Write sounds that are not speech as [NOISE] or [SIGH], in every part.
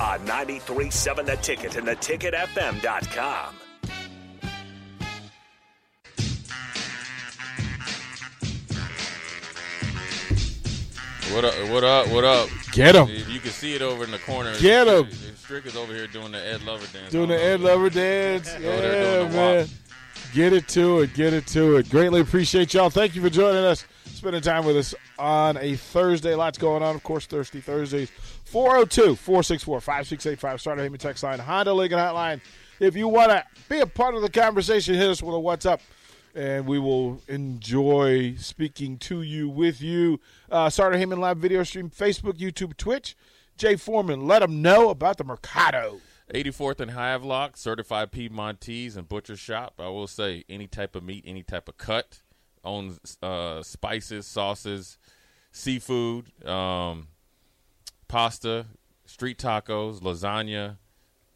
on 937 The Ticket and theticketfm.com. What up? What up? What up? Get 'em. You can see it over in the corner. Get 'em. Strick is over here doing the Ed Lover dance. Doing the Ed Lover dance. Over there doing Yeah, the man. walk. Get it to it. Get it to it. Greatly appreciate y'all. Thank you for joining us, spending time with us on a Thursday. Lots going on, of course, Thirsty Thursdays. 402 464 5685. Starter Heyman Text Line, Honda Lincoln Hotline. If you want to be a part of the conversation, hit us with a What's Up, and we will enjoy speaking to you, with you. Uh, Starter Heyman Live video stream, Facebook, YouTube, Twitch. Jay Foreman, let them know about the Mercado. 84th and Havelock, certified Piedmontese and butcher shop. I will say any type of meat, any type of cut, owns uh, spices, sauces, seafood, um, pasta, street tacos, lasagna,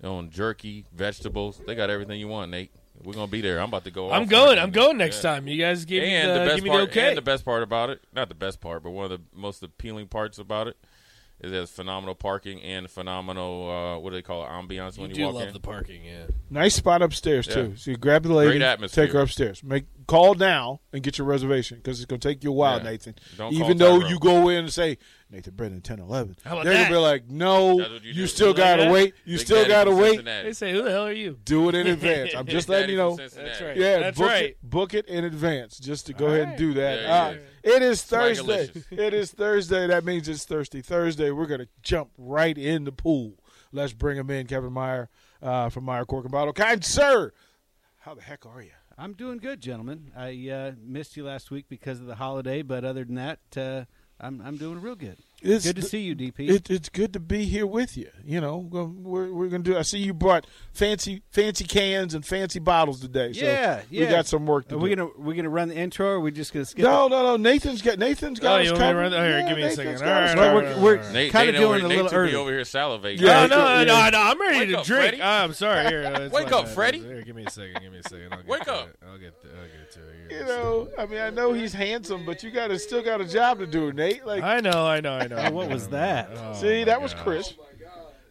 on jerky, vegetables. They got everything you want, Nate. We're gonna be there. I'm about to go. I'm off going. on it. I'm going next Yeah. time. You guys give and me the, the best give me part, the okay. and the best part about it, not the best part, but one of the most appealing parts about it is there's phenomenal parking and phenomenal uh, what do they call it ambiance you when you do walk love in. the parking, yeah. Nice spot upstairs too. So you grab the lady, Great atmosphere. take her upstairs. Make call now and get your reservation because it's gonna take you a while, Yeah. Nathan. Don't call Even though Tyrone. you go in and say Nathan Brennan ten eleven, How about they're that? gonna be like, no, That's what you, you do. still Like gotta that? wait. You Big still Daddy gotta from wait. Cincinnati. They say, "Who the hell are you?" Do it in advance. [LAUGHS] I'm Big just Daddy letting you from know. Cincinnati. That's right. Yeah, That's book right. It, book it in advance just to go ahead and do that. Yeah, Uh, yeah, it is Thursday. [LAUGHS] Swangalicious. it is Thursday. That means it's Thirsty Thursday. We're gonna jump right in the pool. Let's bring him in, Kevin Meyer uh, from Meyer Cork and Bottle. Kind sir, how the heck are you? I'm doing good, gentlemen. I uh, missed you last week because of the holiday, but other than that, uh, I'm I'm doing real good. It's good to the- see you, DP. It, it's good to be here with you. You know, we're, we're gonna do. I see you brought fancy fancy cans and fancy bottles today. So yeah, yeah. we got some work to are do. we gonna we gonna run the intro? Or are we just gonna skip? no, no, no. Nathan's got Nathan's Oh, got us you want me to covered. run- all right, Yeah, give me a Nathan's second. got All us right, But covered. all we're right, we're all Nate, kind Nate of doing over, it a Nate little should be early. over here salivating. Yeah. Oh no, yeah. no, no, I'm ready Wake to up, drink. Freddie. Oh, I'm sorry. Here, it's Wake like- up, Freddie. Here, give me a second. Give me a second. I'll get Wake to up. it. I'll get. I'll get to it. You Here. know, I mean, I know he's handsome, but you got to still got a job to do, Nate. Like, I know. I know. I know. what was that? Oh, see, my that was gosh. crisp.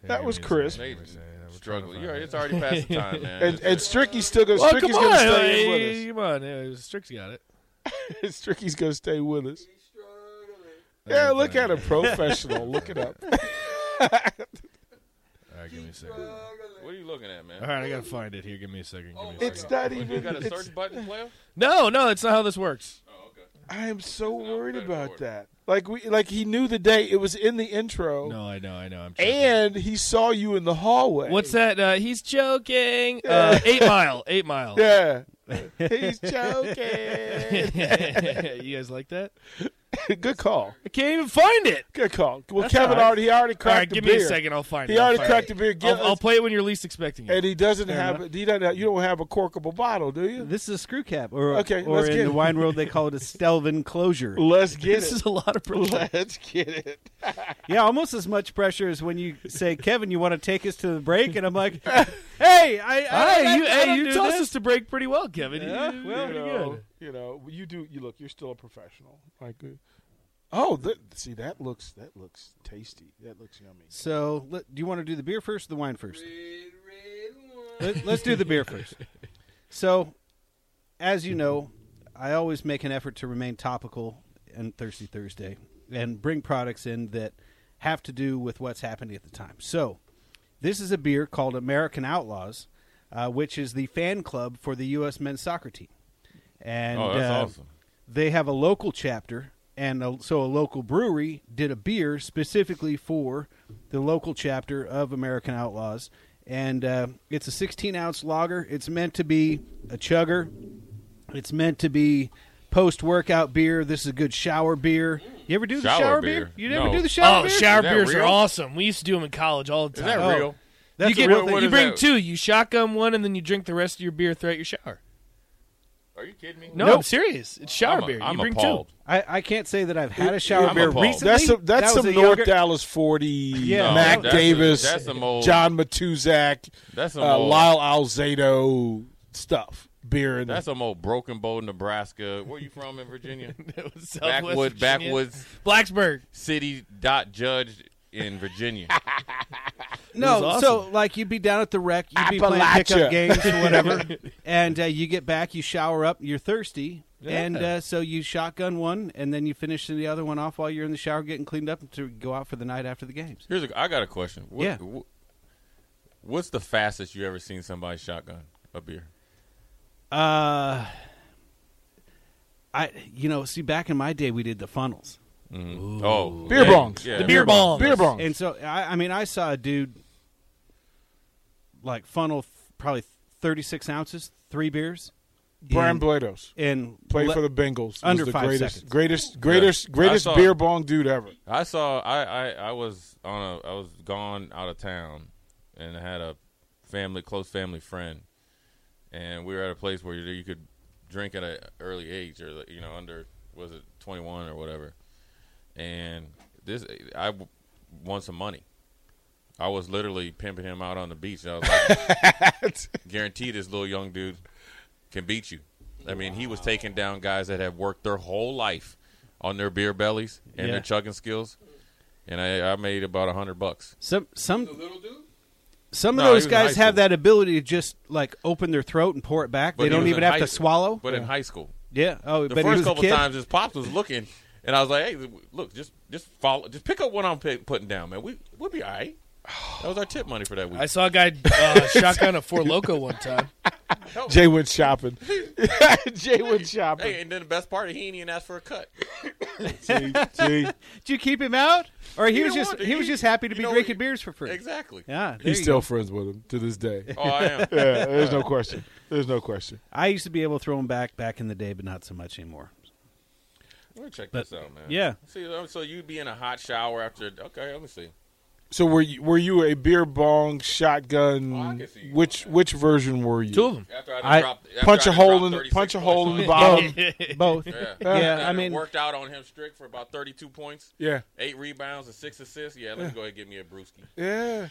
That give was me a crisp. Nate is struggling. You're right, it's already past the time, man. [LAUGHS] And, and Stricky's still gonna. Well, Stricky's come gonna on, stay hey, with come on. Yeah, Strix got it. us. [LAUGHS] Stricky's gonna stay with us. Yeah, look at him, professional. Look [LAUGHS] it up. All right, give me a second. All what are you looking [LAUGHS] at, man? right, I gotta find it here. Give me a second. Give me a second. It's not You even. got a It's, search button, player? No, no, that's not how this works. I am so worried about that. Like we, like he knew the day. It was in the intro, No, I know, I know. I'm tripping. and he saw you in the hallway. What's that? Uh, he's joking. Uh, eight mile. Eight mile. [LAUGHS] Yeah, he's joking. [LAUGHS] you guys like that? Good call. I can't even find it. Good call. Well, That's Kevin all right. already he already All cracked right, the give beer. me a second. I'll find He it. I'll already find cracked it. the beer. Give I'll, I'll us- play it when you're least expecting it. And he doesn't have. He doesn't. Have, you don't have a corkable bottle, do [LAUGHS] you? This is a screw cap, or Okay, or let's in get the it. wine [LAUGHS] world they call it a Stelvin closure. Let's get This [LAUGHS] it. is a lot of pressure. Let's get it. Yeah, almost as much pressure as when you say, "Kevin, you want to take us to the break?" And I'm like, "Hey, I, I, Hey, I- you, I hey, don't you do tossed this. us to break pretty well, Kevin. Yeah, You- well, pretty you know, You know, you do. You look. You're still a professional. Like, uh, oh, th- see, that looks that looks tasty. That looks yummy. So, let, do you want to do the beer first or the wine first? Let, us do the beer first. So, as you know, I always make an effort to remain topical and Thirsty Thursday and bring products in that have to do with what's happening at the time. So, this is a beer called American Outlaws, uh, which is the fan club for the U.S. men's soccer team. And Oh, that's uh, awesome. they have a local chapter and a, so a local brewery did a beer specifically for the local chapter of american outlaws and uh, it's a 16 ounce lager it's meant to be a chugger it's meant to be post workout beer this is a good shower beer you ever do the Shower shower beer? beer, you never No. do the shower Oh, beer shower Is that beers are real? awesome. We used to do them in college all the Is time. that Oh. real? that's you a get, real thing. what you is bring that? two. You shotgun one, and then you drink the rest of your beer throughout your shower. Are you kidding me? No, I'm serious. It's shower I'm, a- beer. I'm you bring appalled. two. I, I can't say that i've had a shower I'm beer appalled. recently That's some, That that's was some a North [LAUGHS] younger- Dallas forty. Yeah. No, Mac that's a- Davis, that's some old- John Matuzak, That's some uh, old- Lyle Alzado stuff. Beer and That's some old broken bow, Nebraska. Where you from in Virginia? [LAUGHS] That was Southwest Backwood, Virginia. backwoods Blacksburg. city dot judge in [LAUGHS] Virginia. No, was so like you'd be down at the rec, you'd be playing Appalachia. pickup games [LAUGHS] or whatever, and uh, you get back, you shower up, you're thirsty, and uh, so you shotgun one, and then you finish the other one off while you're in the shower getting cleaned up to go out for the night after the games. Here's a, I got a question. What, Yeah. wh- what's the fastest you ever seen somebody shotgun a beer? Uh, I you know see back in my day we did the funnels, Oh, Beer yeah, bongs. yeah, The beer bongs. bongs. beer bong. and so I, I mean I saw a dude like funnel f- probably thirty six ounces, three beers, Brian in- Blados in played le- for the Bengals. He under was the five greatest, seconds. greatest, greatest, I greatest saw- beer bong dude ever. I saw. I, I I was on a. I was gone out of town, and I had a family, close family friend, and we were at a place where you, you could drink at an early age, or you know, under was it twenty one or whatever. And this, I w- won some money. I was literally pimping him out on the beach. I was like, [LAUGHS] guarantee this little young dude can beat you. I mean, he was taking down guys that had worked their whole life on their beer bellies and Yeah. their chugging skills, and I, I made about a hundred bucks. Some some Some of No, he was those in guys high have school. that ability to just like open their throat and pour it back. But they he don't was even in have high to school. swallow. But in high school, yeah. Oh, the but he first was a couple kid. times his pops was looking, and I was like, "Hey, look, just just follow, just pick up what I'm pick, putting down, man. We we'll be all right." That was our tip money for that week. I saw a guy [LAUGHS] uh, shotgun a Four Loco one time. Jay [LAUGHS] went shopping. [LAUGHS] Jay went hey, shopping. and then the best part, he ain't even asked for a cut. See, see, Did you keep him out, or he, He was didn't just want to. he, was He- just happy to you be know, drinking he- beers for free? Exactly. Yeah. there he's you still go. friends with him to this day. Oh, I am. Yeah, there's no question. There's no question. I used to be able to throw him back back in the day, but not so much anymore. Let me check But- this out, man. yeah. See, uh, so you'd be in a hot shower after. Okay, let me see. So were you, were you a beer bong shotgun? Oh, I can see you. which which version were you? Two of them. After I, done I- dropped, after Punch I a done hole dropped in the 36 punch a points hole on in the you. bottom. Both. Yeah. Yeah, And I it mean, worked out on him strict for about 32 points. Yeah. Eight rebounds and six assists. Yeah, let me go ahead and give me a brewski. Yeah,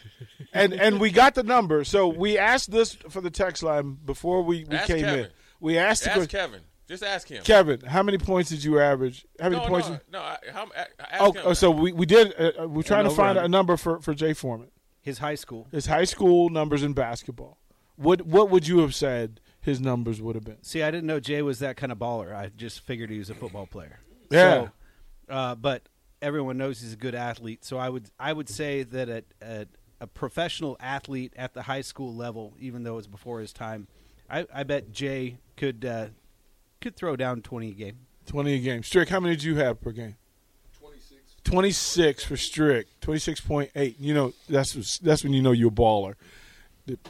and and we got the number. So we asked this for the text line before we, we Ask came in. Kevin. We asked the Ask question- Kevin. Just ask him. Kevin, how many points did you average? How many no, points? no, did- no. I, how, I, I ask oh, him. [LAUGHS] oh, so we we did. Uh, uh, we're trying to over find under. a number for for Jay Foreman. [LAUGHS] his high school. His high school numbers in basketball. What what would you have said his numbers would have been? See, I didn't know Jay was that kind of baller. I just figured he was a football player. Yeah. So, uh, but everyone knows he's a good athlete, so I would I would say that a, a a professional athlete at the high school level, even though it was before his time, I, I bet Jay could uh, could throw down twenty a game. Twenty a game. Strick, how many did you have per game? Twenty six for Strick. Twenty six point eight. You know that's that's when you know you're a baller.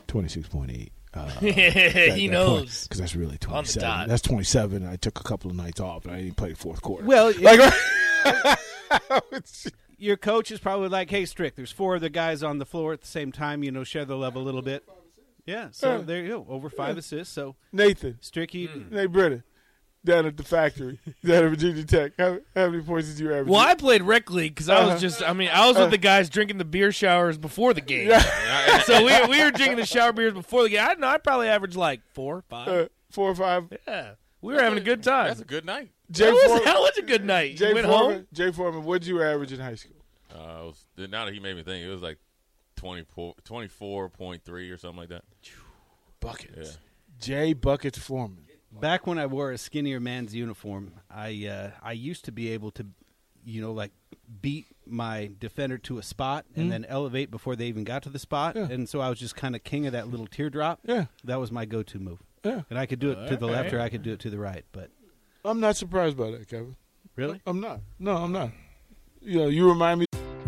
Twenty six point eight. uh, [LAUGHS] he knows. because that's really twenty seven. dot. That's twenty seven. I took a couple of nights off and I didn't play the fourth quarter. Well, like [LAUGHS] your coach is probably like, "Hey, Strick, there's four other guys on the floor at the same time. You know, share the love a little bit." Yeah, so Yeah. Hmm. there you go, over five assists. So Nathan, Stricky, Nate Brennan, down at the factory, [LAUGHS] down at Virginia Tech. How, how many points did you average? Well, I played rec league because I Uh-huh. was just—I mean, I was with the guys drinking the beer showers before the game. Yeah, so we, we were drinking the shower beers before the game. I don't know. I probably averaged like four, five. Uh, four or five. yeah, [LAUGHS] we were having a good time. That's a good night. Jay That was Foreman- hell of a good night. Jay You went Foreman, home. Jay Foreman, what did you average in high school? Uh, I was, now that he made me think, it was like 24, 24.3 or something like that. Buckets. Jay Buckets Foreman. back when I wore a skinnier man's uniform, I uh, I used to be able to, you know, like beat my defender to a spot and then elevate before they even got to the spot, Hmm. Yeah. and so I was just kind of king of that little teardrop. Yeah. that was my go-to move. Yeah. and I could do it to the left or I could do it to the right, but I'm not surprised by that, Kevin. really, I'm not. No, I'm not. You know, you remind me.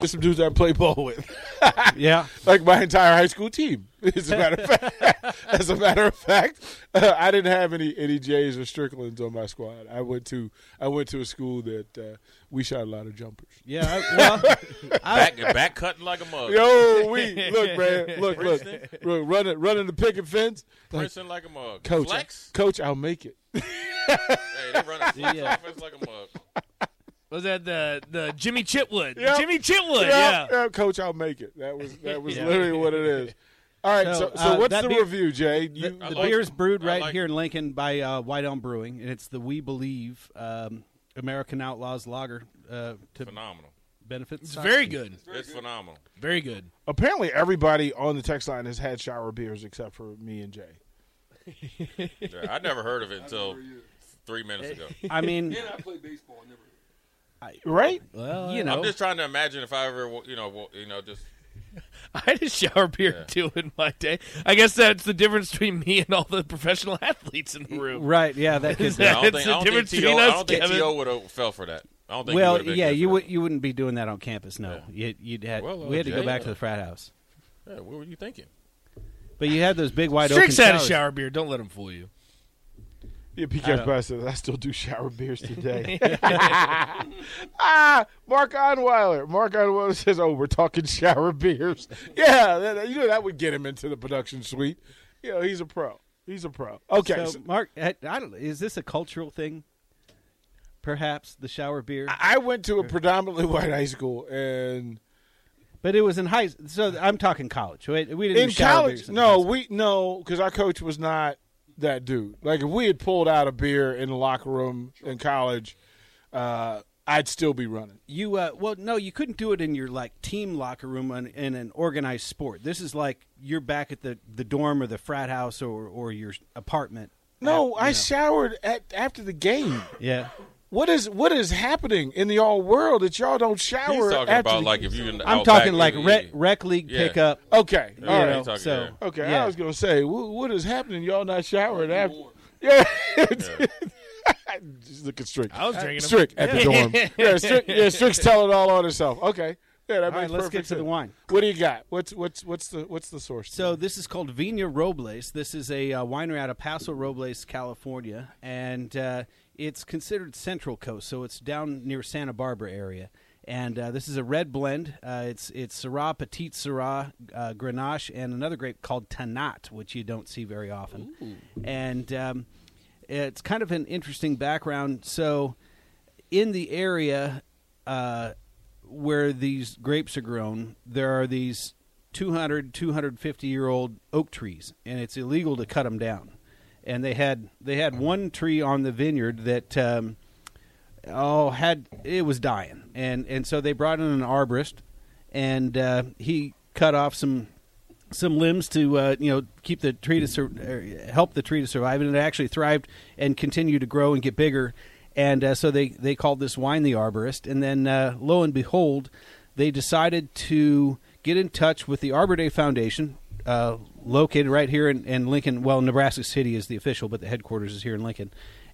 There's some dudes I play ball with. [LAUGHS] yeah. like my entire high school team. [LAUGHS] As a matter of fact, as a matter of fact, uh, I didn't have any any Jays or Stricklands on my squad. I went to I went to a school that uh, we shot a lot of jumpers. Yeah, [LAUGHS] I, well, Back, back cutting like a mug. Yo, we [LAUGHS] look, man, look, look, look, running running the picket fence. Like, Pressing like a mug. coach, uh, Flex? coach, I'll make it. Hey, they running flex Yeah. offense like a mug. Was that the the Jimmy Chitwood? Yep. Jimmy Chitwood. [LAUGHS] Yeah, Yeah. yeah, coach, I'll make it. That was that was literally what it is. All right, so, So, so, uh, what's that the be- review, Jay? You, the like beer's it. brewed I right like here it. in Lincoln by uh, White Elm Brewing, and it's the We Believe um, American Outlaws Lager uh, to Phenomenal. benefit. It's very good. It's phenomenal. Very good. apparently, everybody on the text line has had shower beers except for me and Jay. Yeah, I never heard of [LAUGHS] it until three minutes ago. [LAUGHS] I mean, Right? you know, I'm just trying to imagine if I ever, wa- you know, wa- you know, just [LAUGHS] I had a shower beer too in my day. I guess that's the difference between me and all the professional [LAUGHS] athletes in the room. right? [LAUGHS] Yeah, that could. that- I It's don't think, the I don't think difference T.O. between I us, don't think Kevin. T.O. would have fell for that. I don't think. he well, would've been yeah, good you for would you wouldn't be doing that on campus. No, you, you'd had Well, uh, we had to go Jay, back uh, to the frat house. that. Yeah, what were you thinking? But you had those big wide open. Strix had a showers. [LAUGHS] shower beer. Don't let him fool you. Yeah, PK Press says, I still do shower beers today. ah, Mark Onweiler. Mark Onweiler says, Oh, we're talking [LAUGHS] shower beers. Yeah, that- that- you know, that would get him into the production suite. You know, he's a pro. He's a pro. [LAUGHS] Okay. So, so Mark, I, I don't. Is this a cultural thing? Perhaps the shower beer, I went to a predominantly [LAUGHS] white high school, and but it was in high. So I'm talking college. Wait, we didn't in do shower college, beers in no, high we no, because our coach was not that dude. Like if we had pulled out a beer in the locker room in college, uh, I'd still be running. You uh, well, no, you couldn't do it in your like team locker room in, in an organized sport. This is like you're back at the, the dorm or the frat house or, or your apartment. No, At- I you know. showered at after the game. Oh, yeah, What is what is happening in the all world that y'all don't shower? He's talking after about the- like if you're. in the I'm Outback, talking like you- you- rec, rec league yeah. Oh, pickup. Okay, Yeah, he's all right. know, talking so- there. Okay, Yeah. I was gonna say, wh- what is happening? Y'all not showering after? [LAUGHS] Yeah, just looking strict. Uh, I was drinking 'em. strict at the dorm. yeah, strict, yeah, [LAUGHS] strict's telling all on herself. Okay, yeah, that All right, makes let's perfect get to the sense. wine. What do you got? What's what's what's the what's the source? So this is called Vina Robles. This is a uh, winery out of Paso Robles, California, and uh, it's considered Central Coast, so it's down near Santa Barbara area. And uh, this is a red blend. Uh, it's it's Syrah, Petit Syrah, uh, Grenache, and another grape called Tanat, which you don't see very often. And um, it's kind of an interesting background. So in the area uh, where these grapes are grown, there are these 200, 250 year old oak trees, and it's illegal to cut them down. And they had they had one tree on the vineyard that um, oh had it was dying, and and so they brought in an arborist, and uh, he cut off some some limbs to uh, you know keep the tree to sur- er, help the tree to survive, and it actually thrived and continued to grow and get bigger. And uh, so they they called this wine the arborist, and then uh, lo and behold, they decided to get in touch with the Arbor Day Foundation, uh, located right here in, in Lincoln. Well, Nebraska City is the official, but the headquarters is here in Lincoln.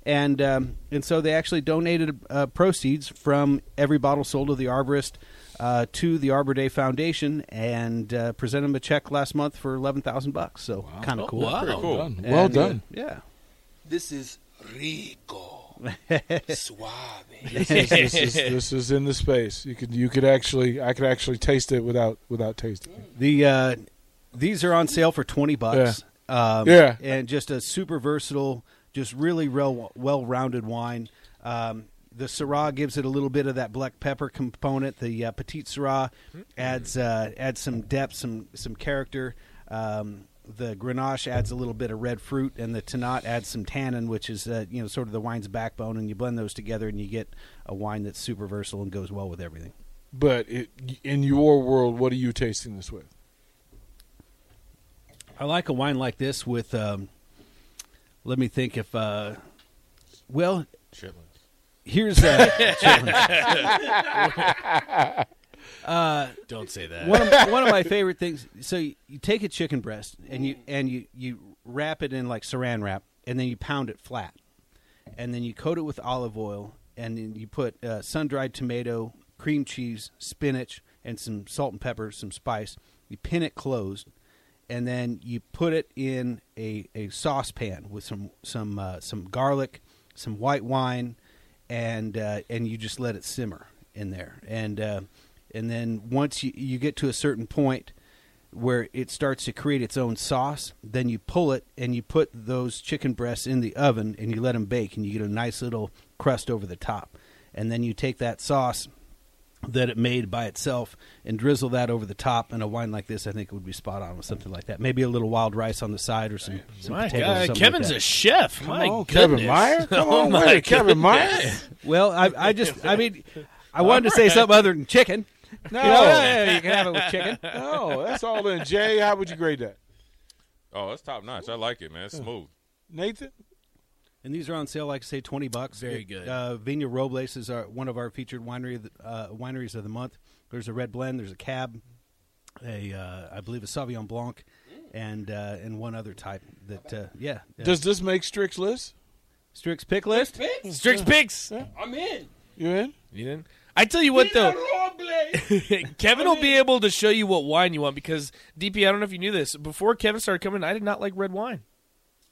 And um, and so they actually donated uh, proceeds from every bottle sold to the arborist uh, to the Arbor Day Foundation and uh, presented them a check last month for eleven thousand bucks. So kind of cool. Oh, Pretty cool. Well done. yeah. This is rico. Suave. this, is, [LAUGHS] this is- this is in the space. You could you could actually I could actually taste it without without tasting. it. The uh, these are on sale for twenty bucks. Um, Yeah. and just a super versatile, just really well well rounded wine. Um, the Syrah gives it a little bit of that black pepper component. The uh, Petit Syrah adds uh, adds some depth, some some character. Um, the Grenache adds a little bit of red fruit, and the Tanat adds some tannin, which is uh, you know sort of the wine's backbone. And you blend those together, and you get a wine that's super versatile and goes well with everything. But it, in your world, what are you tasting this with? I like a wine like this with. Um, let me think if. Uh, well, Chitlins. here's [LAUGHS] uh, Don't say that. one, of my, one of my favorite things. So you, you take a chicken breast and you and you you wrap it in like Saran wrap, and then you pound it flat, and then you coat it with olive oil, and then you put uh, sun dried tomato, cream cheese, spinach, and some salt and pepper, some spice. You pin it closed, and then you put it in a, a saucepan with some some uh, some garlic, some white wine, and uh, and you just let it simmer in there, and uh, and then once you, you get to a certain point where it starts to create its own sauce, then you pull it and you put those chicken breasts in the oven and you let them bake, and you get a nice little crust over the top, and then you take that sauce that it made by itself and drizzle that over the top and a wine like this i think it would be spot on with something like that maybe a little wild rice on the side or some, some My potatoes or God, something like Uh, Kevin's that. a chef. my Oh, on, goodness. Kevin Meyer? Come [LAUGHS] oh on, my wait, Kevin Meyer? well I, I just i mean [LAUGHS] i wanted to say something other than chicken no you can have it with [LAUGHS] chicken No, Oh, that's all in. Jay, how would you grade that? Oh, it's top notch. I like it, man. It's smooth. Nathan? And these are on sale, like I say, twenty bucks. Very It- good. Uh, Vina Robles is our, one of our featured winery of the- uh, wineries of the month. There's a red blend. There's a cab, a uh, I believe a Sauvignon Blanc, and uh, and one other type that uh, yeah. yeah. Does this make Strix list? Strix pick list? Strix picks. I'm in. You in? You didn't? I tell you what, [LAUGHS] though. [LAUGHS] Roble. Kevin will be able to show you what wine you want because DP. I don't know if you knew this. Before Kevin started coming, I did not like red wine,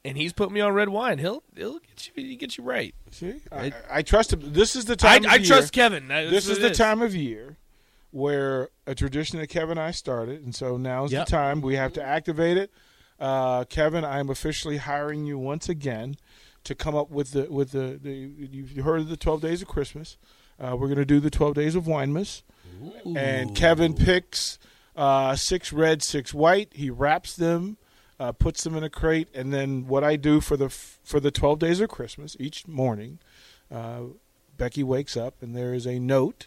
and he's put me on red wine. He'll he'll get you he'll get you right. See, I, I trust him. This is the I, time. I of year. trust Kevin. That's This what is it the time of year where a tradition that Kevin and I started, and so now's Yep. the time we have to activate it. Uh, Kevin, I'm officially hiring you once again to come up with the with the, the you've heard of the 12 days of Christmas. Uh, we're going to do the 12 days of Winemas, and Kevin picks uh, six red, six white. He wraps them. Uh, puts them in a crate, and then what I do for the f- for the twelve days of Christmas each morning, uh, Becky wakes up and there is a note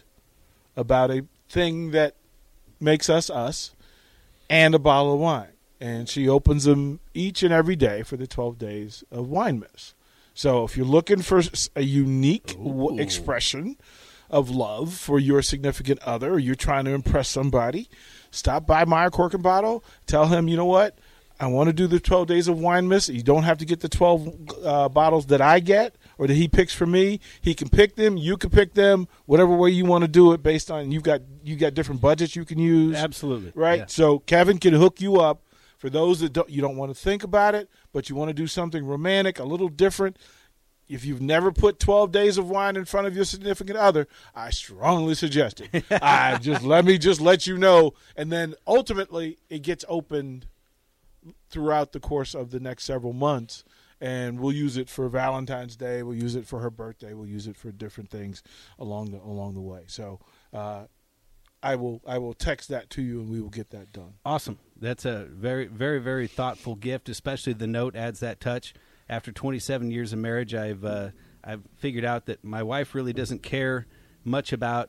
about a thing that makes us us and a bottle of wine. And she opens them each and every day for the 12 days of wine mess. So if you're looking for s- a unique w- expression of love for your significant other, or you're trying to impress somebody, stop by Meyer Cork and Bottle. Tell him, you know what? I want to do the 12 days of wine mist. You don't have to get the 12 uh, bottles that I get or that he picks for me. He can pick them. You can pick them. Whatever way you want to do it, based on you've got you got different budgets you can use. Absolutely. right. Yeah. So Kevin can hook you up for those that don't, you don't want to think about it, but you want to do something romantic, a little different. If you've never put 12 days of wine in front of your significant other, I strongly suggest it. I just let me just let you know and then ultimately it gets opened throughout the course of the next several months and we'll use it for Valentine's Day, we'll use it for her birthday, we'll use it for different things along the along the way. So, uh I will I will text that to you and we will get that done. Awesome. That's a very, very, very thoughtful gift. Especially the note adds that touch. After 27 years of marriage, I've uh, I've figured out that my wife really doesn't care much about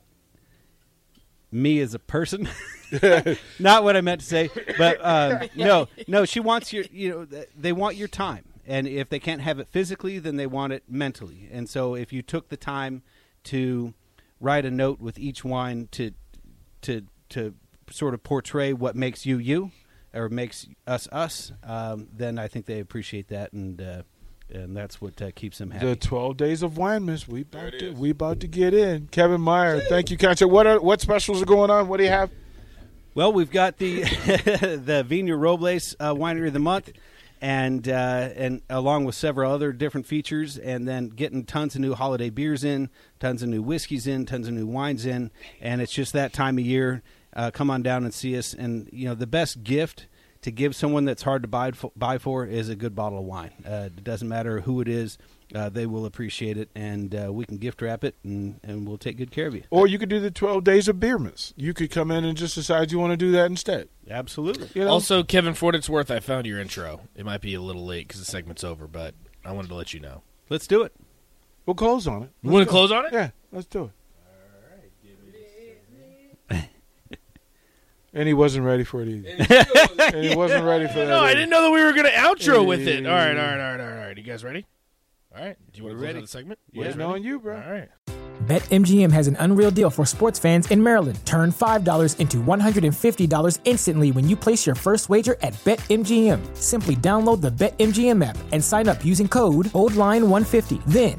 me as a person. [LAUGHS] Not what I meant to say, but um, no, no. She wants your, you know, th- they want your time, and if they can't have it physically, then they want it mentally. And so, if you took the time to write a note with each wine to to to sort of portray what makes you you or makes us us, um, then I think they appreciate that, and uh, and that's what uh, keeps them happy. The twelve days of wine, miss. We about to we about to get in. Kevin Meyer, thank you, Concho. What are what specials are going on? What do you have? Well, we've got the [LAUGHS] the Vina Robles uh, Winery of the Month, and uh, and along with several other different features, and then getting tons of new holiday beers in, tons of new whiskeys in, tons of new wines in, and it's just that time of year. Uh, come on down and see us, and you know the best gift to give someone that's hard to buy for, buy for is a good bottle of wine. Uh, it doesn't matter who it is. Uh, they will appreciate it, and uh, we can gift wrap it, and, and we'll take good care of you. Or you could do the twelve days of beer, miss. You could come in and just decide you want to do that instead. Absolutely. You know? Also, Kevin Fortitsworth, I found your intro. It might be a little late because the segment's over, but I wanted to let you know. Let's do it. we'll close on it. You Let's want to do close on it? Yeah, let's do it. And he wasn't ready for it either. and he wasn't ready for that. [LAUGHS] No, I either. didn't know that we were going to outro with it. All right, all right, all right, all right, all right. You guys ready? All right. Do you want to close out the segment? You guys Waiting ready? on you, bro. All right. BetMGM has an unreal deal for sports fans in Maryland. Turn $5 into $150 instantly when you place your first wager at BetMGM. Simply download the BetMGM app and sign up using code OldLine150. Then,